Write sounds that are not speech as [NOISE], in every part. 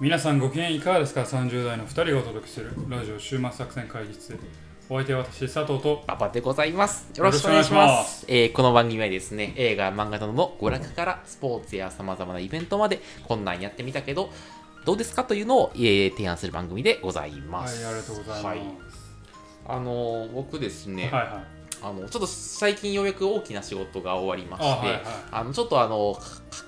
皆さんご機嫌いかがですか ?30 代の2人がお届けするラジオ週末作戦会議室お相手は私佐藤とパパでございます。よろしくお願いしまよす。ろしくお願いしますえーこの番組はですね、映画、漫画などの娯楽からスポーツやさまざまなイベントまで、こんなんやってみたけど、どうですかというのを、えー提案する番組でございはまいす。ありがとうございます、はいあのー僕ですね、はいはいあのちょっと最近ようやく大きな仕事が終わりまして、ああ,、はいはいのちょっとあの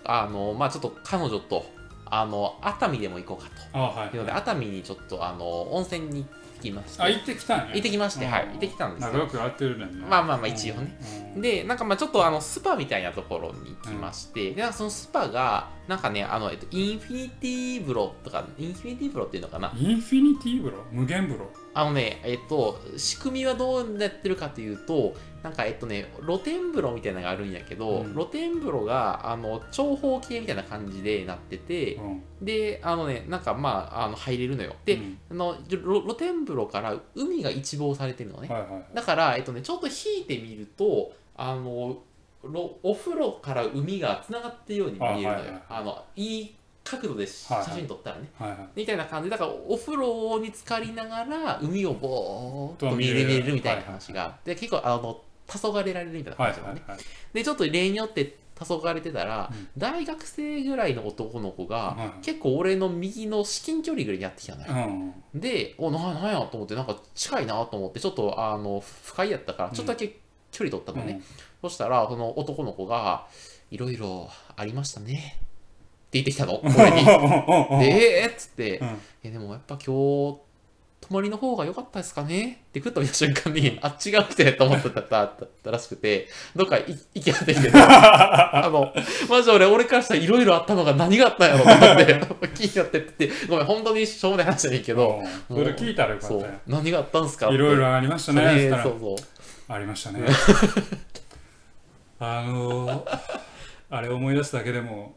かあのまあちょっと彼女とあの熱海でも行こうかあはというのいで熱海にちょっとあの温泉に行きましてあ行ってきたんや行ってきましてうんはい行ってきたんですよ仲良くやってるねんねまあまあまあ一応ね、うんでなんかまあちょっとあのスパみたいなところに行きまして、でなんかそのスパがなんかねあの、えっと、インフィニティ風呂とかインフィニティ風呂っていうのかなインフィニティ風呂無限風呂あのねえっと仕組みはどうなってるかというとなんかえっとね露天風呂みたいなのがあるんやけど、うん露天風呂があの長方形みたいな感じでなってて、うんであのねなんかまああの入れるのよで、うんあの露露天風呂から海が一望されてるのねはいはいはいだから、えっとね、ちょっと引いてみるとあのろお風呂から海がつながってるように見えるのよああ、はいはいはいのいい角度でしはいはい写真撮ったらね、はいはいみたいな感じだからお風呂に浸かりながら海をぼーっとと見見れれるるみたいな話が、で結構あの黄昏られるみたいなはい感はじいのね、はいでちょっと例によって黄昏れてたら、うん大学生ぐらいの男の子が、はい結構俺の右の至近距離ぐらいにやってきたのよ、うんで、お、ななんやと思って、なんか近いなと思って、ちょっと、あの、不快やったから、ちょっとだけ距離取ったのね。そしたら、その男の子が、いろいろありましたね。って言ってきたの、うん俺 [LAUGHS] に。うんで、えーっつって、うんえ、でもやっぱ今日、泊まりの方が良かったですかねってふっと見た瞬間に、あ、違うってと思ってただったらしくて、どっかい行き当ててて、あの、マジで俺、俺からしたらいろいろあったのが何があったんやろと思って、気になってって、ごめん、本当にしょうもない話じゃないけど、うんそれ聞いたらよかったよそう何があったんすかいろいろありましたねねそしたらそうそうありましたねあのー、あれ思い出すだけでも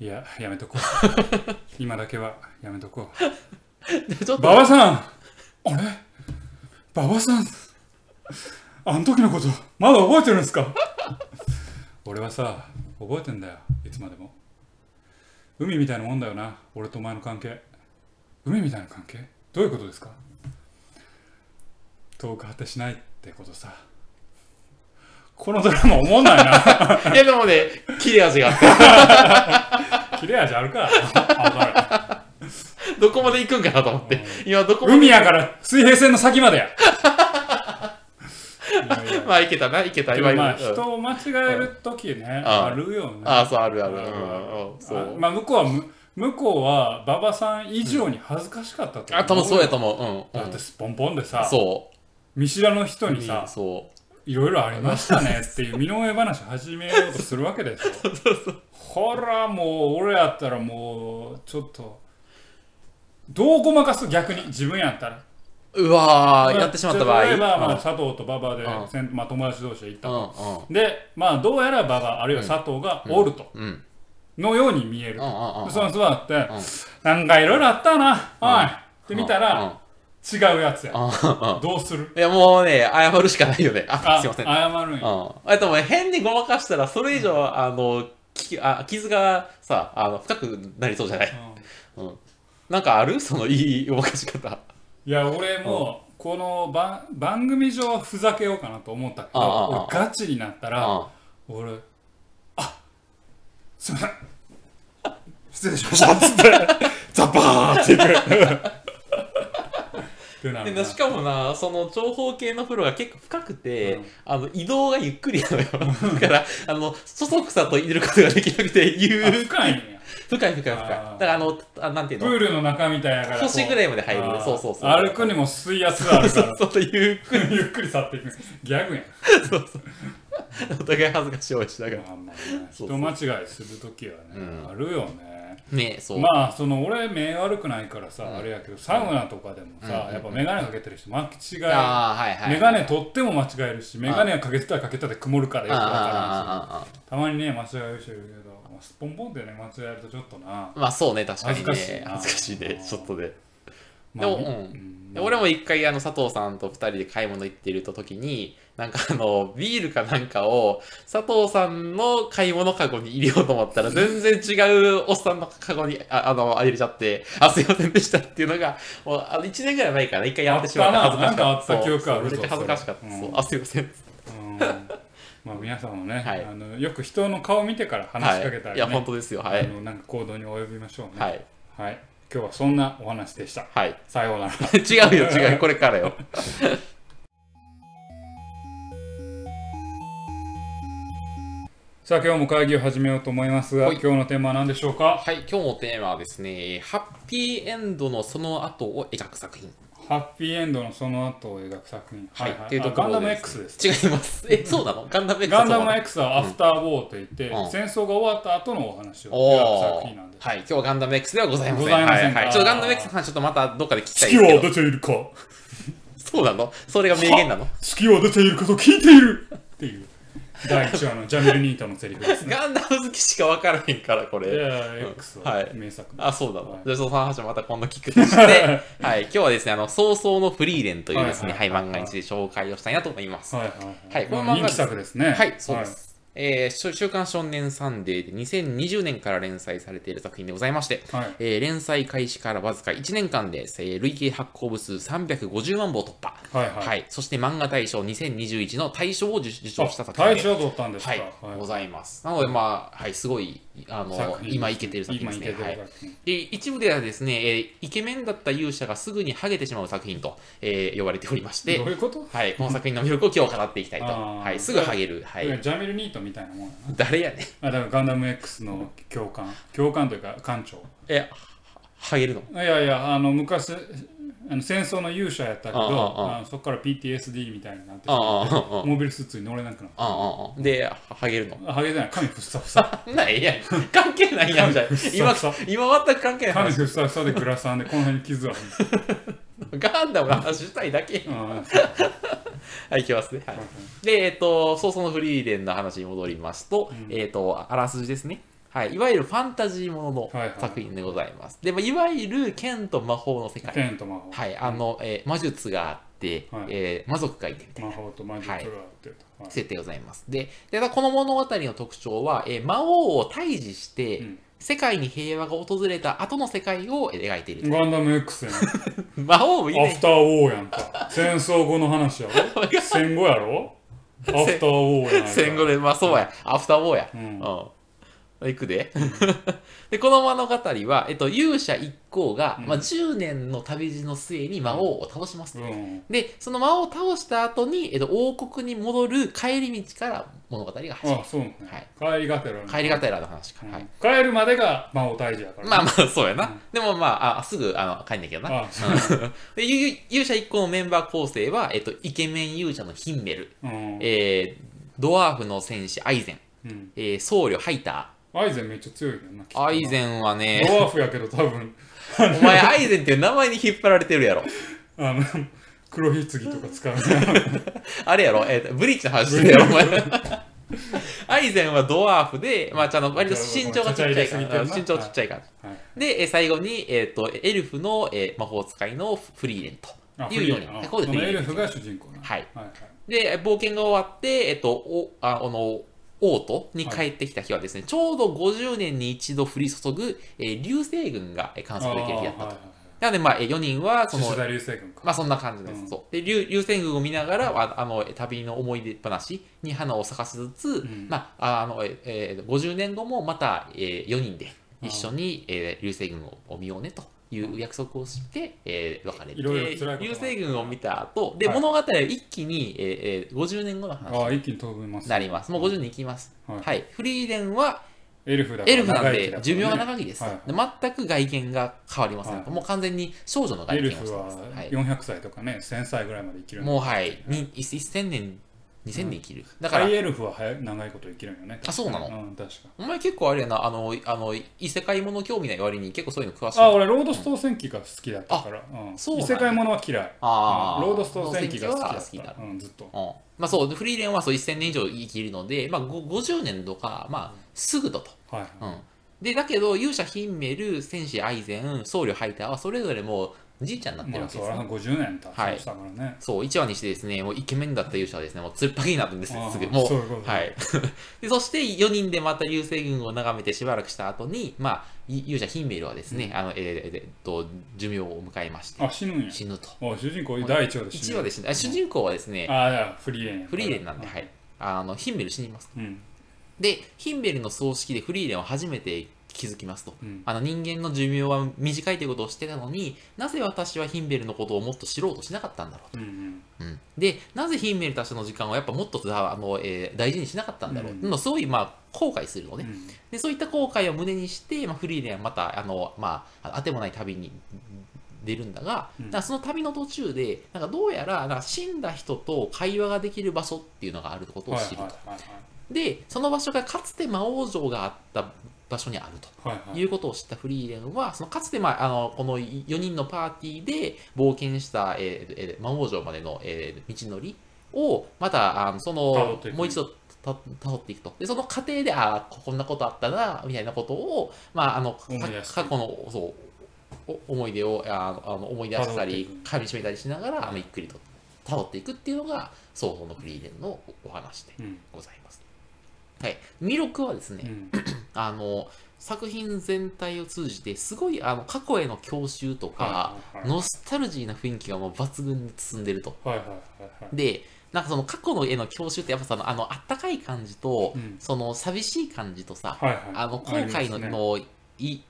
いややめとこう今だけはやめとこうでちょっと馬場さんあれ馬場さんあの時のことまだ覚えてるんですか俺はさ覚えてんだよいつまでも海みたいなもんだよな俺とお前の関係海みたいな関係どういうことですか遠く果てしないってことさこのドラマ思わないないやでもね切れ味があって切れ味あるかあ [LAUGHS] どこまで行くんかなと思って今どこそれまで海やから水平線の先までやいやいやまあいけたないけたで今もまあ今うん人を間違える時ね、ああるよね。ああそうあるあるあうるんうんそあうまあ向こうはむ向こうは馬場さん以上に恥ずかしかったとあ多分そうやと思思ううんだうっんてスポンポンでさ、そ見知らぬ人うにさ、そいろいろありましたねっていう身の上話始めようとするわけ [LAUGHS] ですよ。ほらもう俺やったらもうちょっとどうごまかす逆に自分やったら。ううわーやってしまった場合例えばまあうん佐藤と馬場でうんせんまあ友達同士で行ったうと。んうんでまあどうやら馬場あるいは佐藤がおると。うんうんのように見える。うんうんうんでその座って、んなんかいろいろあったな、おいって見たうんら、違うやつや。うんうんどうするいやもうね謝るしかないよねあすいません謝るんや。うん。あともう変にごまかしたら、それ以上、あの、きあ傷がさ、あの、深くなりそうじゃない。うんうん。なんかあるそのいいごまかし方。いや、俺も、この番番組上はふざけようかなと思ったけあああどあ、俺ガチになったら、俺、あす [LAUGHS] いません。失礼しました。つって、ザバーっていく。ってなでるな。しかもな、その長方形の風呂が結構深くて、うんあの移動がゆっくりなのよ。だから、あの、そそくさと入れることができなくて、ゆあう、深いんや。深い深い深い。だあーから、あの、あなんていうプのールの中みたいやからこう。腰ぐらいまで入るあーそうそうそう歩くにも水圧があるかそらう。そうそう、ゆっくり、 [LAUGHS] ゆっくり去っていくギャグやんそうそう。お互い恥ずかしい思いしながら。まあまあねそう人間違いするときはね、うんあるよねねそう。まあその俺目悪くないからさ、んあれやけどサウナとかでもさ、うんやっぱ眼鏡かけてる人間違い、あー、はいはい。眼鏡取っても間違えるし眼鏡かけてたらかけてたで曇るからよあくーわあーからんしあーあーあーたまにね間違える人いるけど、まあ、スポンポンでね間違えるとちょっとなまあそうね、確かに恥ずね。かしいな恥ずかしいね、ちょっとね。まあでもうんで俺も一回あの佐藤さんと二人で買い物行っていると時になんかあのビールかなんかを佐藤さんの買い物カゴに入れようと思 [LAUGHS] ったら全然違うおっさんのカゴにああの入れちゃってあすいませんでしたっていうのがもうあの1年ぐらい前から一回やってしまってあっ恥たずなかしかなんかあったった記憶あるぞそうめっちゃ恥ずかしかったそれそううんあすいませんうんまあ皆さんもね、はいあのよく人の顔見てから話しかけたはい、いり、ねや本当ですよはあいのなんか行動に及びましょうねはいはい、今日はそんなお話でしたはい [LAUGHS] さようなら違うよ違うこれからよさあ今日も会議を始めようと思いますが、はい今日のテーマは何でしょうかはい今日のテーマはですねハッピーエンドのその後を描く作品ハッピーエンドのその後を描く作品はいっていうとこあろガンダムで X です違います。え、そうなのガンダム X ガンダムは X はアフターウォーといって、うん戦争が終わった後のお話をお描くお作ー品なんですはい、今日はガンダム X ではございません。ございませんかはいはい、ちょっとガンダム X の話、ちょっとまたどっかで聞きたい月んですはけど。出ているかそうなのそれが名言なの月は出ているかと聞いているっていう第1話のジャミルニータのセリフ [LAUGHS] ですねガンダム好きしか分からへんから、こいれ。や X ははい名作、あ、そうなの。はいじゃあ、その話はまた今度聞く [LAUGHS] として、はい、今日はですね、あの、早々のフリーレンというですね、ははい、はいいはい漫画について紹介をしたいなと思います。はいはいはいこの漫まあ画人気作です [LAUGHS] ねはい、そうです。えー週週刊少年サンデーで2020年から連載されている作品でございまして、はい、えー連載開始からわずか1年間で、えー累計発行部数350万部を突破、はいははいいそして漫画大賞2021の大賞を受受賞したあ作品大で賞取ったんですか、はいございますなのでまあ、はい、すごいあの今いけてる作品ですね今いけはている作品で一部ではですね、えーイケメンだった勇者がすぐにハゲてしまう作品と、えー呼ばれておりましてどういうことはい、この作品の魅力を今日語っていきたいと、あーはい、すぐハゲる、はだからい、ジャミルニートみたいなもんやな誰やねんあだからガンダム X の教官教官というか艦長えハゲるのいやいやあの昔あの戦争の勇者やったけどあああああのそこから PTSD みたいになってあああああモビルスーツに乗れなくなっああああでハゲるのたハゲじゃない髪ふっさふさ [LAUGHS] ないやん関係ないやんじゃん今そう今全く関係ない髪話ふっさふさでグラサンでこの辺に傷あるガンダムの話したいだけうんはいいきますね、はい、でえっと早々のフリーレンの話に戻りますと、うんえっとあらすじですねはい、いわゆるファンタジーものはいはいの作品でございます。で、まあ、いわゆる剣と魔法の世界。剣と魔法、はい、あの、えー魔術があって、はいえー魔族がいてみたいな魔法と魔術があってと、はい [LAUGHS] 設定でございます。で、でこの物語の特徴は、えー魔王を退治して、うん世界に平和が訪れた後の世界を描いている。ガンダム X やん魔王もいいアねフ。ターウォーやんか。戦争後の話や [LAUGHS] ろ戦後やろアフターウォーやないか。戦後で、まあそうや、アフターウォーや。う。うんん。いくで。 [LAUGHS] で、この物語は、えっと、勇者一行が、うんまあ、10年の旅路の末に魔王を倒します。うん。で、その魔王を倒した後に、えっと、王国に戻る帰り道から物語が始まる。あ、そうね。帰りがてらね帰りがてらの話から。はい。うん帰るまでが魔王退治やからね。まあまあ、そうやな。うんでもまあ、あすぐあの帰んねんけどな。あそうでゆゆ勇者一行のメンバー構成は、えっと、イケメン勇者のヒンメル、うん。えー、ドワーフの戦士アイゼン、うんえー、僧侶ハイタアイゼンめっちゃ強いけどな。きっとー。なアイゼンはね、ドワーフやけど多分、お前アイゼンっていう名前に引っ張られてるやろ。あの、 [LAUGHS] 黒ひつぎとか使うね。 [LAUGHS] あれやろ、えーと、ブリーチの話してるやろ、お前。アイゼンはドワーフで、まあ、ちゃんと割と身長がちっちゃいかちっちゃら、いです身長ちっちゃいから。はいで、えー最後に、えっ、と、エルフの、えー魔法使いのフリーレンあというように。フリーなはいあここでそフのリーエレルン。フが主人公な。はい。はいはい。で、冒険が終わって、えっと、おああの、王都に帰ってきた日はですね、ちょうど50年に一度降り注ぐ、えー流星群がえー観測できる日だったあーはいと。はいはいなので、まあ、えー4人は、そ獅の子、座流星群か。まあ、そんな感じです。うんそうで流、流星群を見ながら、ああの、えー旅の思い出話に花を咲かしつつ、んまあ、ああの、えーえー50年後もまた、えー4人で一緒に、えー流星群をを見ようねと。いう約束をして、えー別れていろいろ辛いこともあった流星群を見た後で、はい物語は一気に、えーえー50年後の話ああ、一気に飛びます。なります。もう50に行きます。はいはい。フリーレンはエルフだからエルフなん長生きだからでね寿命が長いです。はいで全く外見が変わりません。はいもう完全に少女のエ外見ルをしてフはます。はい。 400歳とかね、1000歳ぐらいまで生きるんだもうはい。に1000年、2000年生きる。だかハらイ、エルフは早い長いこと生きるんよね。あそうなのうん、確か。お前結構あれやな、あの、あの、異世界もの興味ない割に結構そういうの詳しい。あ、俺、ロードス当選機が好きだったから、うんそうな異んだ世界ものは嫌い。あうんロードス当選機が好きだはっ好きだた。うん、ずっと。うんまあそう、フリーレンはそう1000年以上生きるので、まあご50年とか、まあすぐだと。はいはうん、でだけど勇者ヒンメル戦士アイゼン僧侶ハイターはそれぞれもうおじいちゃんになってるまわあ、そけでうすあねの50年経はちいましたからね。そう、一話にしてですね、もうイケメンだった勇者はですね、もう突っぱげになったんですよああすぐ。もそういうことはい。 [LAUGHS] で、そして4人でまた流星群を眺めてしばらくした後に、まあ、い勇者ヒンメルはですね、あの、えーえーえーっと、寿命を迎えまして、あ、死ぬんや。死ぬと。お主人公、第1話で死1ぬ。話で死ぬ。あ主人公はですね、ああ、いやフリーレンや。。フリーレンなんで、はいい。あの、ヒンメル死にます。うん。で、ヒンベルの葬式でフリーレンは初めて気づきますと。うんあの人間の寿命は短いということを知ってたのになぜ私はヒンベルのことをもっと知ろうとしなかったんだろうんうん。うと、うんでなぜヒンベルたちの時間をやっぱもっとさあの、えー大事にしなかったんだろううんっていうのをすごいまあ後悔するのうね、んでそういった後悔を胸にして、まあ、フリーレンはまたあの、まあ、あ当てもない旅に出るんだが、うんだからその旅の途中でなんかどうやらなんか死んだ人と会話ができる場所っていうのがあることをはい知るはいと。はいでその場所がかつて魔王城があった場所にあると。はい。はいはいいうことを知ったフリーレンは、そのかつて、まあ、あのこの4人のパーティーで冒険した、えーえー魔王城までの、えー道のりを、またあのそ辿っのていくもう一度た辿っていくと。で、その過程で、ああ、ここんなことあったな、みたいなことを、まあ、あのか思い出して過去のそうお思い出をあのあの思い出した辿ってりい、く噛みしめたりしながら、あのゆっくりと辿っていくっていうのが、双方のフリーレンのお話でうんございます。はい、ミロクはですね、うんあの作品全体を通じてすごいあの過去への郷愁とか、はいはいはいノスタルジーな雰囲気がもう抜群に包んでると。はいはいはいはい。でなんかその過去の絵の郷愁ってやっぱさあのあったかい感じと、うんその寂しい感じとさ、はいはい。あの後あり悔まの,、すねのい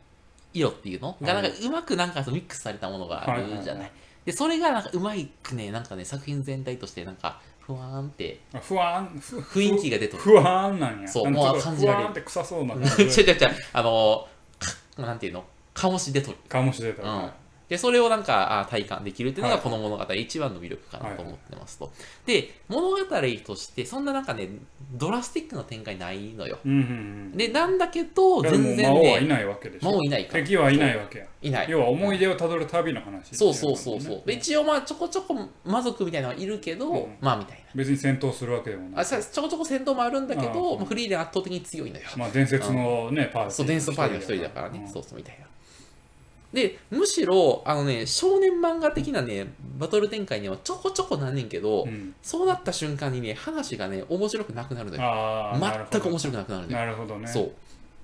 色っていうのがはないんかうまくなんかそのミックスされたものがあるじゃなはい,、いはいはいでそれがなんかうまいくねなんかね作品全体としてなんかふわーんってあ不安、ふ雰囲気が出てる不安なんや。そなうんかちもうょっと感じられる不安って臭そうな違う感 [LAUGHS] 違じう違う、あの、かなんていうの、醸し出とる。かもしれなういん。で、それをなんかあ体感できるっていうのはが、いこの物語一番の魅力かはないと思ってますと。で、物語として、そんななんかね、ドラスティックな展開ないのよ。うんうんで、なんだけど、うん。でも全然魔王はいね、ないわけでし魔王ょ。いないから。敵はいないわけや。いない。要は思い出をたどる旅の話。そうそうそうそう。で別一応、まあ、ちょこちょこ魔族みたいなのはいるけど、うんまあ、みたいな。に戦闘するわけでもなあい。さちょこちょこ戦闘もあるんだけど、うんまあフリーレン圧倒的に強いのよ。まあ伝説のね、パーティー。そう、伝説パーティーの一人だからね、うんそうそうみたいな。で、むしろ、あのね、少年漫画的なね、バトル展開にはちょこちょこなんねんけど、うんそうなった瞬間にね、話がね、面白くなくなるのよ。ああ、なるほ全くど面白くなくなるのよ。なるほどね。そう。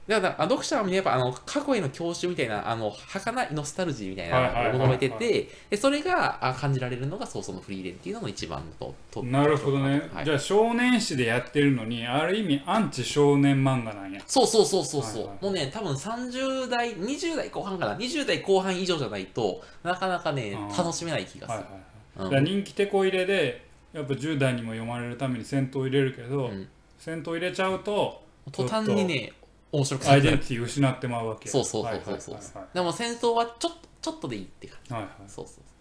だから、あ読者はね、やっぱ、あの、過去への教習みたいな、あの、儚いノスタルジーみたいなはいはいはいのはをい求めてて、でそれがあ感じられるのが、そうそのフリーレンっていうのの一番のと、となるほどね、はいじゃあ少年誌でやってるのにある意味アンチ少年漫画なんやそうそうそうそうそう、はいはいもうね多分30代20代後半かな20代後半以上じゃないとなかなかねあー楽しめない気がはいはする、いはい、うんだから人気てこ入れでやっぱ10代にも読まれるために戦闘入れるけど、うん戦闘入れちゃうと途端にね面白くアなイくデなンるティティ失ってまうわけやそうそうそうそうそう、はいでも戦争はちょっとちょっとでいいって感じはいはいはいはいそうそうそう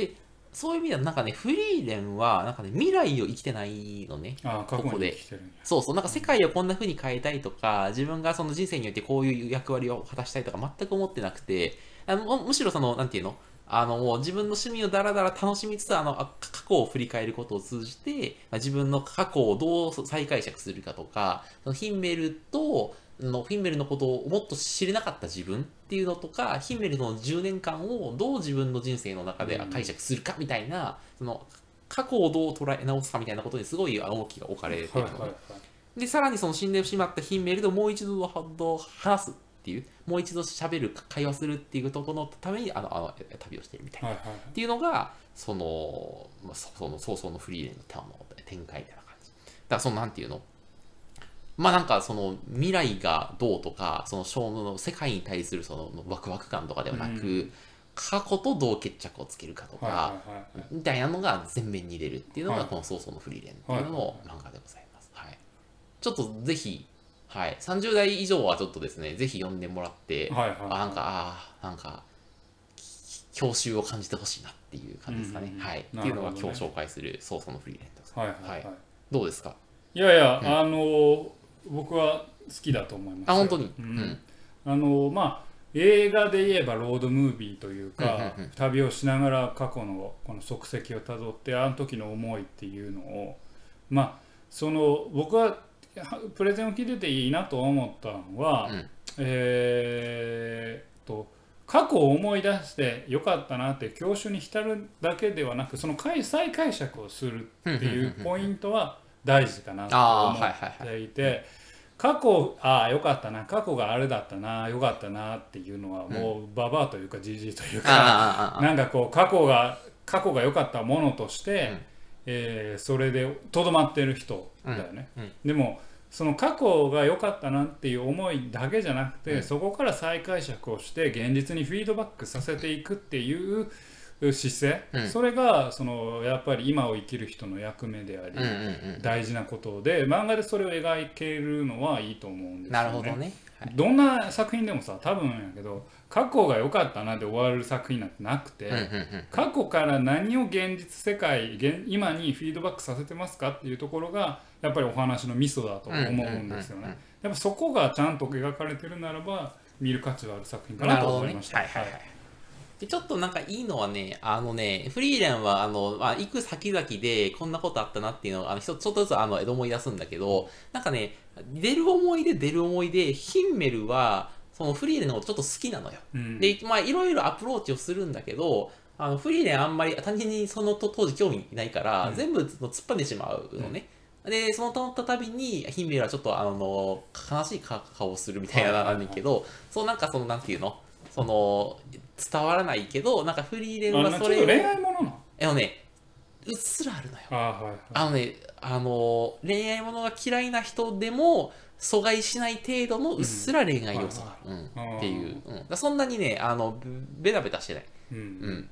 でそういう意味ではなんかねフリーレンはなんかね未来を生きてないのねああ過こ去こにで生きてるんやそうそうなんか世界をこんな風に変えたいとか自分がその人生においてこういう役割を果たしたいとか全く思ってなくてあのむむしろそのなんていうのあのもう自分の趣味をだらだら楽しみつつあのあ過去を振り返ることを通じてまあ自分の過去をどう再解釈するかとかそのヒンメルとのヒンメルのことをもっと知れなかった自分っていうのとかヒンメルの10年間をどう自分の人生の中で解釈するかみたいな、その過去をどう捉え直すかみたいなことにすごい重きが置かれてるのはいねはいはいで、さらにその死んでしまったヒンメルともう一度話すっていう、もう一度喋る、会話するっていうところのために、あの、あのえ旅をしているみたいな。はいはいはいっていうのが、その、まあ、そその、早々のフリーレンのターンの展開みたいな感じ。だから、その、なんていうのまあなんかその未来がどうとかその小の世界に対するそのワクワク感とかではなく、うん過去とどう決着をつけるかとか、はいはいはいみたいなのが全面に出るっていうのはがいこの「早々のフリーレン」っていうのの漫画でございます。はい、ちょっとぜひ、はい、30代以上はちょっとですねぜひ読んでもらって、はいあはいなんかあーなんかき郷愁を感じてほしいなっていう感じですかね。うんうんはい、ってないうるほのどがね今日紹介する「早々のフリーレン」でございます。はいはいはいはどうですかいやいや、あのー僕は好きだと思いますよあ本当に、ううんんあのまあ映画で言えばロードムービーというか、うんうんうん旅をしながら過去のこの足跡をたどってあの時の思いっていうのをまあその僕ははプレゼンを聞いてていいなと思ったのは、うんえーっと過去を思い出してよかったなって教習に浸るだけではなくその解再解釈をするっていうポイントは大事かなと思っていて過去ああよかったな過去があれだったなよかったなっていうのはもうババアというかじじいというかああああああなんかこう過去が過去が良かったものとして、うんえーそれでとどまってる人だよね、うんうんでもその過去が良かったなっていう思いだけじゃなくて、うんそこから再解釈をして現実にフィードバックさせていくっていう姿勢、うんそれがそのやっぱり今を生きる人の役目であり、うんうんうん大事なことで漫画でそれを描けるのはいいと思うんですよね。なるほどねはいどんな作品でもさ多分やけど過去が良かったなで終わる作品なんてなくて、うんうんうん過去から何を現実世界現今にフィードバックさせてますかっていうところがやっぱりお話のミソだと思うんですようんうんうんうんね。やっぱそこがちゃんと描かれてるならば見る価値はある作品かななるとほど思ね。いました。はいはいはい。で、ちょっとなんかいいのはね、あのね、フリーレンは、あの、まあ、行く先々で、こんなことあったなっていうのを、あの、ひとちょっとずつ、あの、思い出すんだけど、なんかね、出る思い出、出る思い出、ヒンメルは、そのフリーレンのことちょっと好きなのよ。うんで、まあ、いろいろアプローチをするんだけど、あのフリーレンあんまり他人にそのと当時興味ないから、うん全部突っ張ってしまうのね。で、そのたたびに、ヒンメルはちょっとあの悲しいか顔をするみたいはないはいはないんだけど、そうなんかその、なんていうのその、伝わらないけど、なんかフリーレンあはのちょそっと恋れを、愛ものなのあのね、うっすらあるのよ。ああはいはいあのね、あの、恋愛ものが嫌いな人でも、阻害しない程度のうっすら恋愛要素がある。うんあーっていう、うん、だからそんなにねあのベベタベタしてない、うんうん、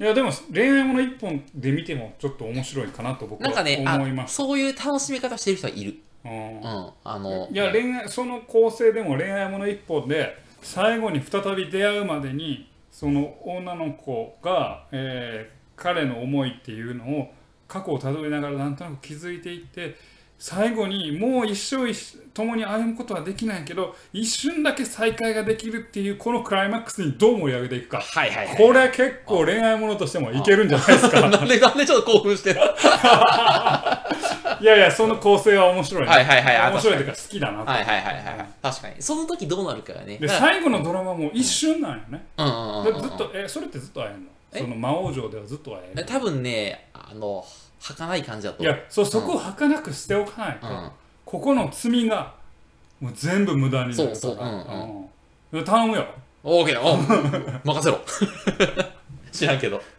いやでも恋愛もの一本で見てもちょっと面白いかなと僕なはんかね思いまあしそういう楽しみ方してる人はいる、た。うんうん、あのいや恋愛その構成でも恋愛もの一本で最後に再び出会うまでにその女の子が、えー彼の思いっていうのを過去をたどりながらなんとなく気づいていって最後にもう一生一緒共に歩むことはできないけど一瞬だけ再会ができるっていうこのクライマックスにどう盛り上げていくかはいはいはいこれ結構恋愛ものとしてもいけるんじゃないですかなんでなんでちょっと興奮してるいやいやその構成は面白いね、はいはいはいあ面白いというか好きだなとはいはいはいはいはい確かにその時どうなるかがねでだから最後のドラマも一瞬なんよねうんうんうんでうんうんずっとえそれってずっと会えんのえその魔王城ではずっと会ええる多分ねあの儚い感じだとい思うやそうそこを儚くしておかないと、うんここの罪がもう全部無駄になるからそうそううんうん頼むよ [LAUGHS] オーケーお任せろ [LAUGHS] 知らんけど [LAUGHS]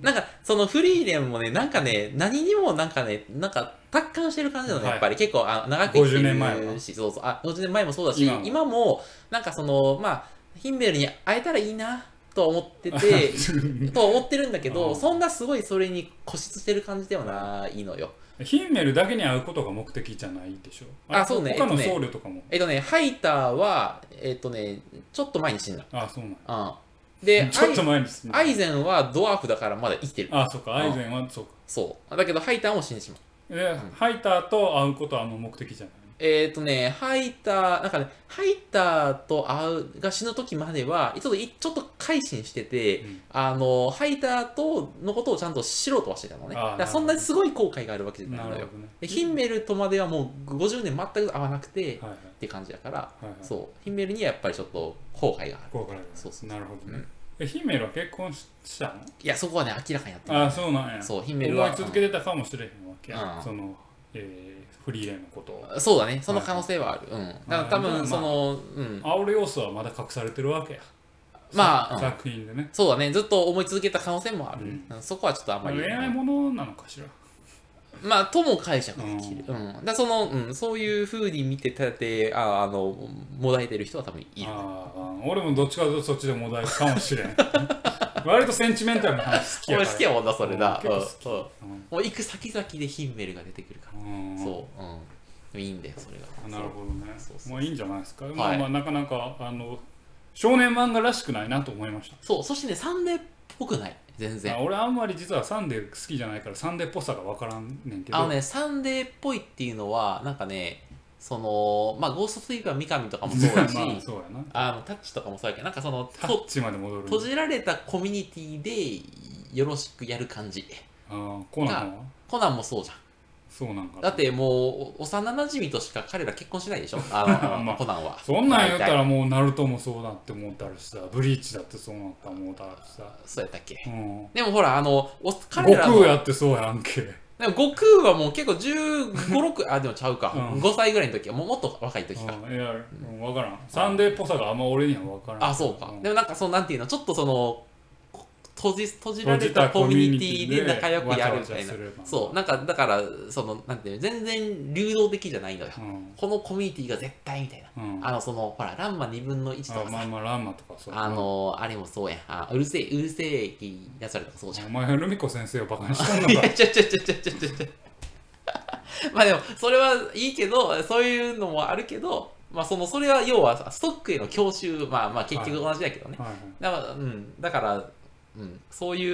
なんかそのフリーレンもねなんかね何にもなんかねなんか達観してる感じなのねはいやっぱり、結構あ長く生きて50年前はるしそうそうあ50年前もそうだし今今ももなんかそのまあヒンベルに会えたらいいなとは思って [LAUGHS] てとは思ってるんだけうんどそんなすごいそれに固執してる感じではないのよヒンメルだけに会うことが目的じゃないでしょあそうね他のえっとね僧侶とかも、えっとねハイターはえっとねちょっと前に死んだあそうなんうんで [LAUGHS] ちょっと前にすアイアイゼンはドワーフだからまだ生きてるあそうかアイゼンはそうかそう。だけど、ハイターも死んでしまう。で、ハイターと会うことはあの目的じゃないえっ、ー、とね、ハイター、なんかね、ハイターと会う、が死ぬ時までは、ちょっとい、ちょっと改心してて、うんあの、ハイターとのことをちゃんと知ろうとはしてたのね。あーだからそんなにすごい後悔があるわけじゃないなのるよほ。どねでヒンメルとまではもう50年全く会わなくて、っはいはいて感じだから、はいはいそう。ヒンメルにはやっぱりちょっと後悔がある。ここからだそうそうなるほどね、えヒンメルは結婚ししたのいや、そこはね、明らかにやってる。ああそうなんやそう、ヒンメルは。思い続けてたかもしれへんわけや、うんその、えーフリーレンのことをそうだね、その可能性はある。うん。だから多まあ分、その、うん。煽る要素はまだ隠されてるわけや、まあ、うん作品でねそうだね、ずっと思い続けた可能性もある。ううんそこはちょっとあんまり。恋愛ものなのかしらまあ、とも解釈できる。うん。だその、うん、そういう風に見てたって、ああの、もだえてる人は多分いる。ああ俺もどっちかというとそっちでもだいかもしれ [LAUGHS] ん割とセンチメンタルな話好きやか俺ら好きやもんな、それな。ううんん。う結ん構もう行く先々でヒンメルが出てくるから。うんそう。うん。でもいいんだよ、それが。なるほどねそうそうそうもういいんじゃないですか、いまあまあなかなかあの少年漫画らしくないなと思いましそう。そう、そしてね、サンデーっぽくない。全た然あ。俺あんまり実はサンデー好きじゃないからサンデーっぽさが分からんねんけどあのね、サンデーっぽいっていうのは、なんかね、その、まあ、ゴーストスイーパー三上とかもそうだし、 [LAUGHS] まあそうやなあの、タッチとかもそうやけど、なんかその、タとッチまで戻るんだ閉じられたコミュニティでよろしくやる感じああコナンはコナンもそうじゃんそうなんかなだってもう、お幼馴染としか彼ら結婚しないでしょあの、 [LAUGHS] まあコナンは。そんなん言った大体らもうナルトもそうだって思ったらしさブリーチだってそうなった思うたらしさそうやったっけうんでもほら、あの、お悟彼ら空もやってそうやんけでも悟空はもう結構15、6、あ、でもちゃうか。うん5歳ぐらいの時は、もうもっと若い時か。うんいや、うん、分からんサンデーっぽさがあんま俺には分からんあ、そうか。んでもなんか、その、なんていうの、ちょっとその、閉じ、閉じられ閉じたたココミミュュニニテティィでで仲良くやるみたいなわちゃわちゃすれ。ばそう、なんか、だから、その、なんていうの、全然流動的じゃないのよ。うんこのコミュニティが絶対みたいな。うんあの、その、ほら、ランマ2分の1とあかまあさ。まあランマとかそうあの、あれもそうやん。あうるせえ、うるせえ、やつらとかそうじゃんお前ルミ子先生をバカにしたんい [LAUGHS] だかや、ちょちょちょちょちょちょ [LAUGHS] ちょ。まあでも、それはいいけど、そういうのもあるけど、まあその、それは要はストックへの教習、まあまあ結局同じだけどね。らはいだから、うん、だから、うん、そうい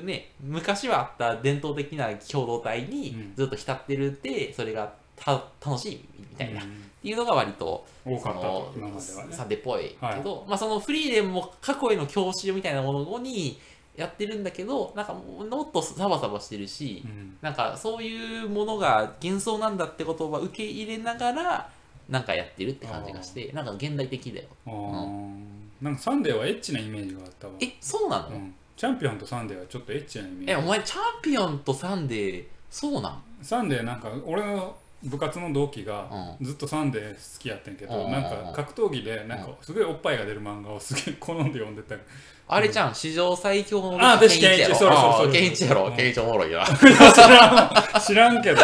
うね、昔はあった伝統的な共同体うにんずっと浸ってるって、それがた楽しいみたいな、っうていうのが割と、ん多かったとそ今まのではねサンデーっぽいけはいど、まあそのフリーレンも過去への教習みたいなものにやってるんだけどなんかもっとサバサバしてるし、うんなんかそういうものが幻想なんだってことを受け入れながらなんかやってるって感じがしてなんか現代的だよあーなんかサンデーはエッチなイメージがあったわえそうなの、うんチャンピオンとサンデーはちょっとエッチなイメージえお前チャンピオンとサンデーそうなんサンデーなんか俺の部活の同期がずっとサンデー好きやってんけど、うんなんか格闘技でなんかすごいおっぱいが出る漫画をすげえ好んで読んでた [LAUGHS] あれじゃん、史上最強のあ私ケンイチやろケンイチそうそうそうあーケンイチやろうんケンイチおもろいよな知らんけど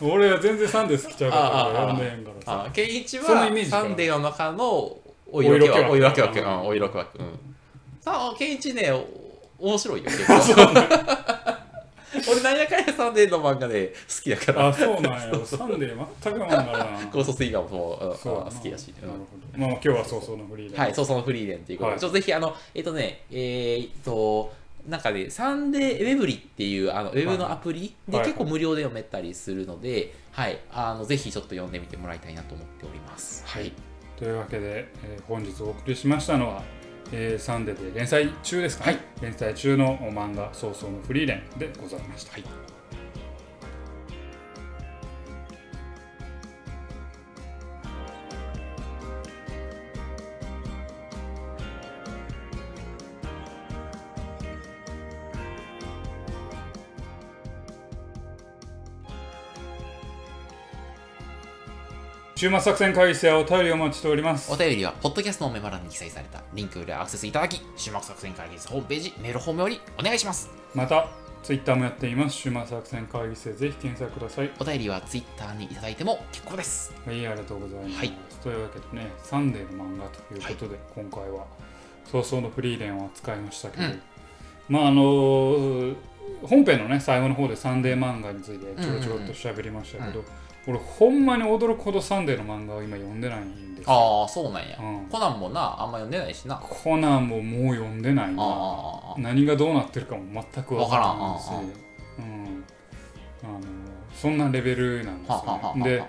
俺は全然サンデー好きちゃうからああああ読んでへんからあさーケンイチはそのイメージかサンデーの中のお色気枠おお色色気気枠枠うんお色気枠うんさあケンイチねお面 [LAUGHS] 白いよ結そ構 [LAUGHS] うなんや俺なんやかんやサンデーの漫画で好きだからあそうなんやサンデー全くなんだな [LAUGHS] 高卒以外もそううんそうあ好きやし、うなるんほどまあ今日はそうそうのフリーではい、そうそのフリーレンっていうことで、はいちょっとぜひ、あの、えっとね、えーっと、なんかね、サンデーウェブリっていうあのウェブのアプリではい結構無料で読めたりするので、はい、あのぜひちょっと読んでみてもらいたいなと思っております。はい。というわけで、えー本日お送りしましたのは、えーサンデーで連載中ですか、はい、連載中のお漫画「早々のフリーレン」でございました、はい週末作戦会議室やお便りをお待ちしておりますお便りは、ポッドキャストのメモ欄に記載されたリンクよりアクセスいただき、週末作戦会議室ホームページ、メールフォームよりお願いします。またツイッターもやっています週末作戦会議室でぜひ検索くださいお便りは Twitter にいただいても結構です。はいありがとうございます、はいというわけでねサンデーの漫画ということで、今回は早々のフリーレンを扱いましたけど、うんまああのー本編のね最後の方でサンデー漫画についてちょろちょろっと喋りましたけど、俺ほんまに驚くほどサンデーの漫画を今読んでないんですよ、ああ、そうなんや。うんコナンもな、あんま読んでないしな。あコナンももう読んでないーなあー、あー何がどうなってるかも全く分からないしわからんうんあのそんなレベルなんですはあはあはよあはあね。で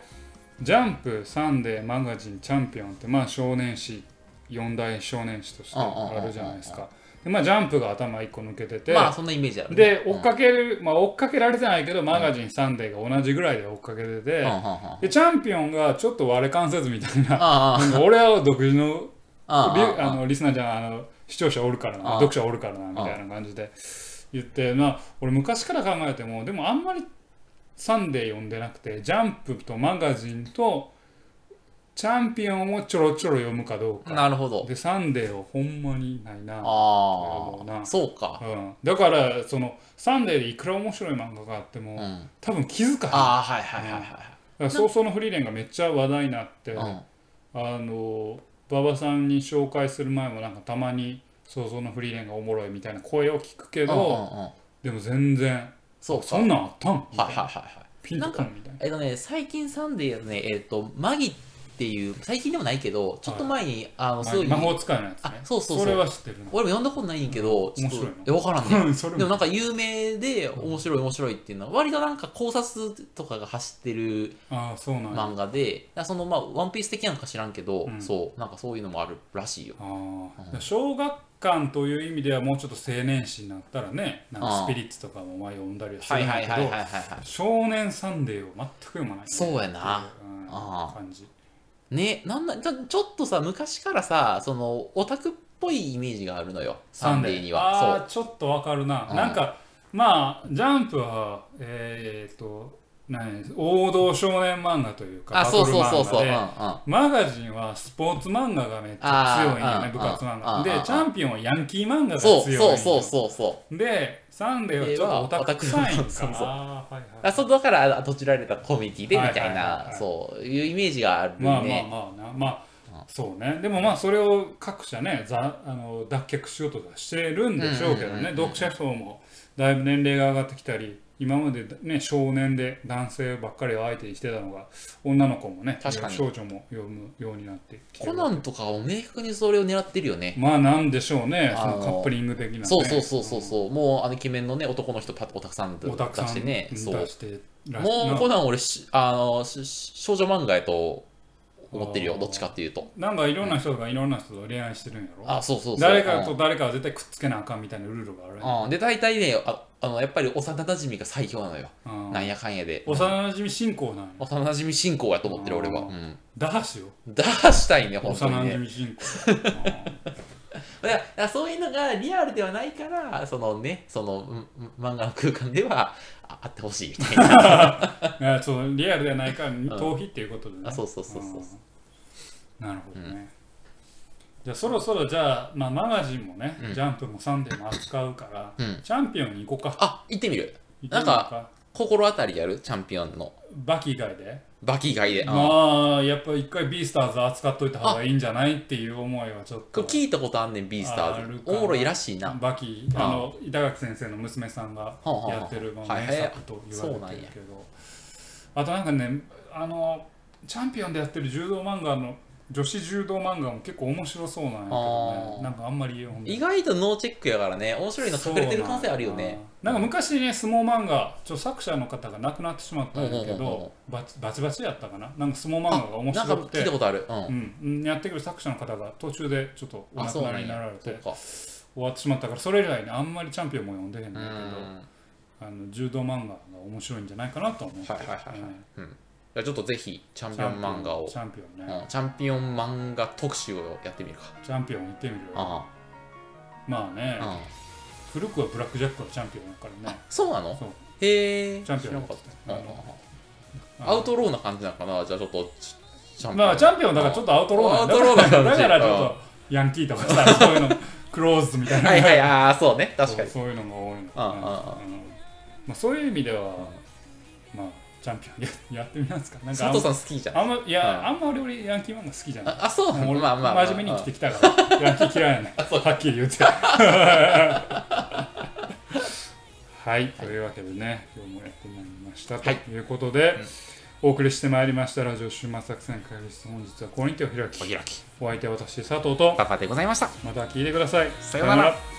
ジャンプ、サンデー、マガジン、チャンピオンって、まあ、少年誌、四大少年誌としてあるじゃないですか。で、まあ、ジャンプが頭一個抜けてて、まあ、そんなイメージあるね。で、うん追っかける、まあ、追っかけられてないけど、マガジン、サンデーが同じぐらいで追っかけてて、うんうんうんあで、チャンピオンがちょっと割れ関節みたいな、あなんか俺は独自のあリあああのリスナーじゃんあの視聴者おるからなああ読者おるからなみたいな感じで言ってまあ俺昔から考えてもでもあんまり「サンデー」読んでなくて「ジャンプ」と「マガジン」と「チャンピオン」をちょろちょろ読むかどうかなるほど。で「サンデー」をほんまにないな、これはあもうあ、なそうか。うん、だからその「サンデー」でいくら面白い漫画があってうも、ん、あ多分気づかへんだかあー、はいはいはいはら早々のフリーレンがめっちゃ話題になって、い。うん、あの馬場さんに紹介する前もなんかたまに「想像のフリーレンがおもろい」みたいな声を聞くけど、うんうんうん、でも全然そうか。そんなんあったんみたはいいはいなはいはい。ピンとこんみたいなえっとね、最近サンデーやとね、えっと、マギっていう、最近でもないけど、ちょっと前に、あの、すごい、魔法使いのやつあね、そうそうそうれは知ってるな俺も読んだことないんやけど、ちょっと、面白いなえわからん [LAUGHS] ね。それでももなんか有名で面白い面白いっていうのは割となんか考察とかが走ってるああそうなんや、漫画で、だからそのまあワンピース的なんか知らんけど、うんそうなんかそういうのもあるらしいよ。ああ小学感という意味ではもうちょっと青年誌になったらねなんあかあスピリッツとかも前を読んだりはしてはいるはんいだはいけはいどはいはい少年サンデーを全く読まないそうやなっていううんああ感じねなんだちょちょっとさ昔からさそのオタクっぽいイメージがあるのよサンデーにあはーちょっとわかるな、うんなんかまあジャンプはえーっと何王道少年漫画というそうかあバトそうルそうそう漫そ画う、うんうでん、マガジンはスポーツ漫画がめっちゃ強いんよあーね部活漫あー画であーチャンピオンはヤンキー漫画が強そいんようそうそうそうそうでサンデーはちょっとオタク臭いんかなそうそうあーはいはいあそうだからどちられたコミュニティでみはいたはいいはいなはいそういうイメージがあるまあまあね、まあなまあそうねでもまあそれを各社ねざあの脱却しようとかしてるんでしょうけどうんうんうんねうん読者層もだいぶ年齢が上がってきたり今まで、ね、少年で男性ばっかりを相手にしてたのが女の子もね確かに少女も読むようになってきてコるナンとかは明確にそれを狙ってるよねまあなんでしょうねそあののカップリング的な、ね、そうそうそうそうそう、もうあの鬼面のね男の人たおたくさん出おたくさんしてね出そうしてらしもうコなナン俺しあのし少女漫画やと思ってるよあーどっちかっていうとなんかいろんな人がいろんな人と恋愛してるんやろあそうそうそう誰かうとん誰かは絶対くっつけなあかんみたいなルールがあるやんうんで大体ねああのやっぱり幼なじみが最強なのよ、うんなんやかんやで幼馴染信仰なんや幼なじみ進行やと思ってる俺は、あーうん、打破しよ出したいね幼本当に馴ね染信仰だからだからそういうのがリアルではないからそのねそのうんうん漫画の空間ではああってほしいみたいないやそうリアルではないから逃避っていうことでねあそうそうそうそうそうんなるほどねじゃあそろそろじゃあまあマガジンもねうんジャンプもサンデーも扱うからうんチャンピオンに行こうかあ行ってみる行けなるんのか心当たりやるチャンピオンのバキ以外でバキ以外で、うんまあやっぱ一回ビースターズ扱っといた方がいいんじゃないっていう思いはちょっことれ聞いたことあんねんビースあタあーるズかおもろいらしいなバキあああの板垣先生の娘さんがあはあやってるまあはい名はい作と言そうわなれんてやるけどあとなんかねあのチャンピオンでやってる柔道漫画の女子柔道漫画も結構面白そうなんやけどああねなんかあんまり読んで意外とノーチェックやからね面白いの隠れてる可能性あるよねなんか昔ね相撲漫画ちょ作者の方が亡くなってしまったんだけうんうんうんうんどバチバチバチやったかななんか相撲漫画が面なんか白く聞いてたことあるうん、うんうん、やってくる作者の方が途中でちょっとおあ亡くそうななりんにならやれそてうか終わってしまったからそれ以来にあんまりチャンピオンも読んでへんねうんだけどんあの柔道漫画が面白いんじゃないかなとは思うはいはいはいはいうんじゃあちょっとぜひチャンピオン漫画をチャンピオンねうんチャンピオン漫画特集をやってみるかチャンピオン行ってみるよあまあねあ、うん、古くはブラックジャックはチャンピオンだからね [LAUGHS] そうなのそうへえチャンピオン知らなかったあうんのあのアウトローな感じなのかなじゃあちょっとチチャンピオン、まあチャンピオンだからちょっとアウトローなんだアウトローな感じだからちょっとヤンキーとかさそう [LAUGHS] いうのクローズみたいなはいはいああそうね確そかうにそういうのが多いのああああうんまあそういう意味ではまあチャンピオンややってみますかなんか佐あん藤さん好きじゃんあんまいやああんまり俺ヤンキー漫画好きじゃないああそうなの俺まあまあまあ真面目に生きてきたからヤンキー嫌いやねんはっきり言ってはいというわけでね今日もやってまいりましたとはいいうことで、お送りしてまいりましたラジオ終末作戦会議室本日はこれにてお開おき開きお相手は私佐藤とパパでございましたまた聞いてくださいさようなら